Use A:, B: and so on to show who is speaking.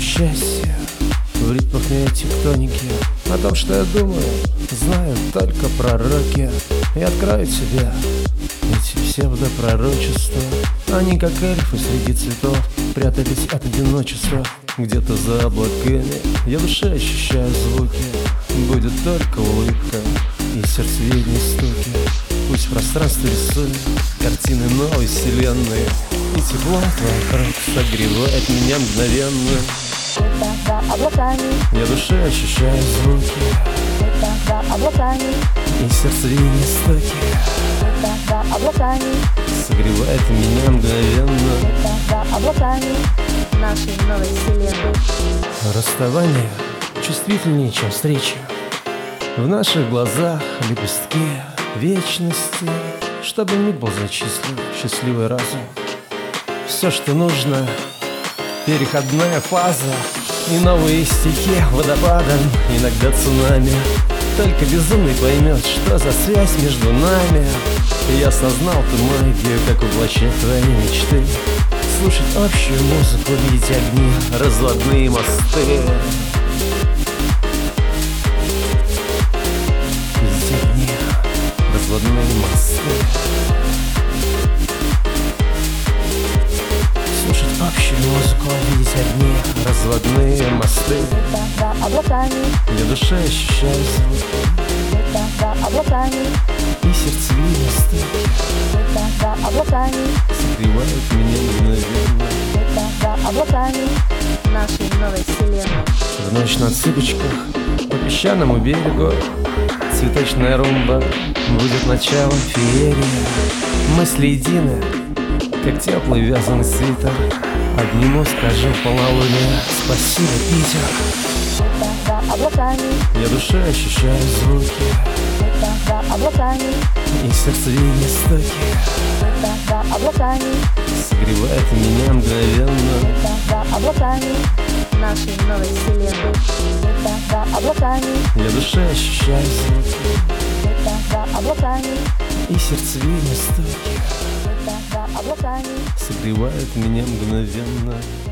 A: счастье в ритмах моей тектоники О том, что я думаю, знаю только пророки И открою тебе эти псевдопророчества Они, как эльфы среди цветов, прятались от одиночества Где-то за облаками я в душе ощущаю звуки Будет только улыбка и сердцевидные стуки Пусть в пространстве рисует картины новой вселенной И тепло твоих рук согревает меня мгновенно
B: Это за облаками,
A: Я в душе ощущаю звуки
B: это за облаками,
A: И сердцевидные стуки
B: это за облаками,
A: Согревает меня мгновенно
B: это за облаками нашей новой вселенной.
A: Расставание чувствительнее, чем встреча В наших глазах лепестки вечности Чтобы не был зачислен счастливый разум Все, что нужно Переходная фаза И новые стихи водопадом Иногда цунами Только безумный поймет, что за связь между нами Ясно знал ты магию, как воплощать твои мечты Слушать общую музыку, видеть огни, разводные мосты Видеть огни, разводные мосты Слушать общую музыку, видеть огни, разводные мосты
B: Это за облаками,
A: Я душе ощущаю звуки
B: это за облаками,
A: и сердцевинистые
B: это за облаками,
A: Согревают меня мгновенно
B: это за облаками нашей новой вселенной.
A: В ночь на цыпочках по песчаному берегу Цветочная румба будет началом феерии Мысли едины, как теплый вязаный свитер Обниму, скажу полнолуние Спасибо, Питер
B: Это за облаками,
A: Я душе ощущаю звуки
B: это за облаками,
A: И сердцевинные стуки
B: это за облаками,
A: Согревает меня мгновенно
B: это за облаками нашей новой вселенной. Это за облаками,
A: Я душе ощущаю звуки
B: это за облаками,
A: И сердцевинные стуки
B: это за облаками.
A: Согревает меня мгновенно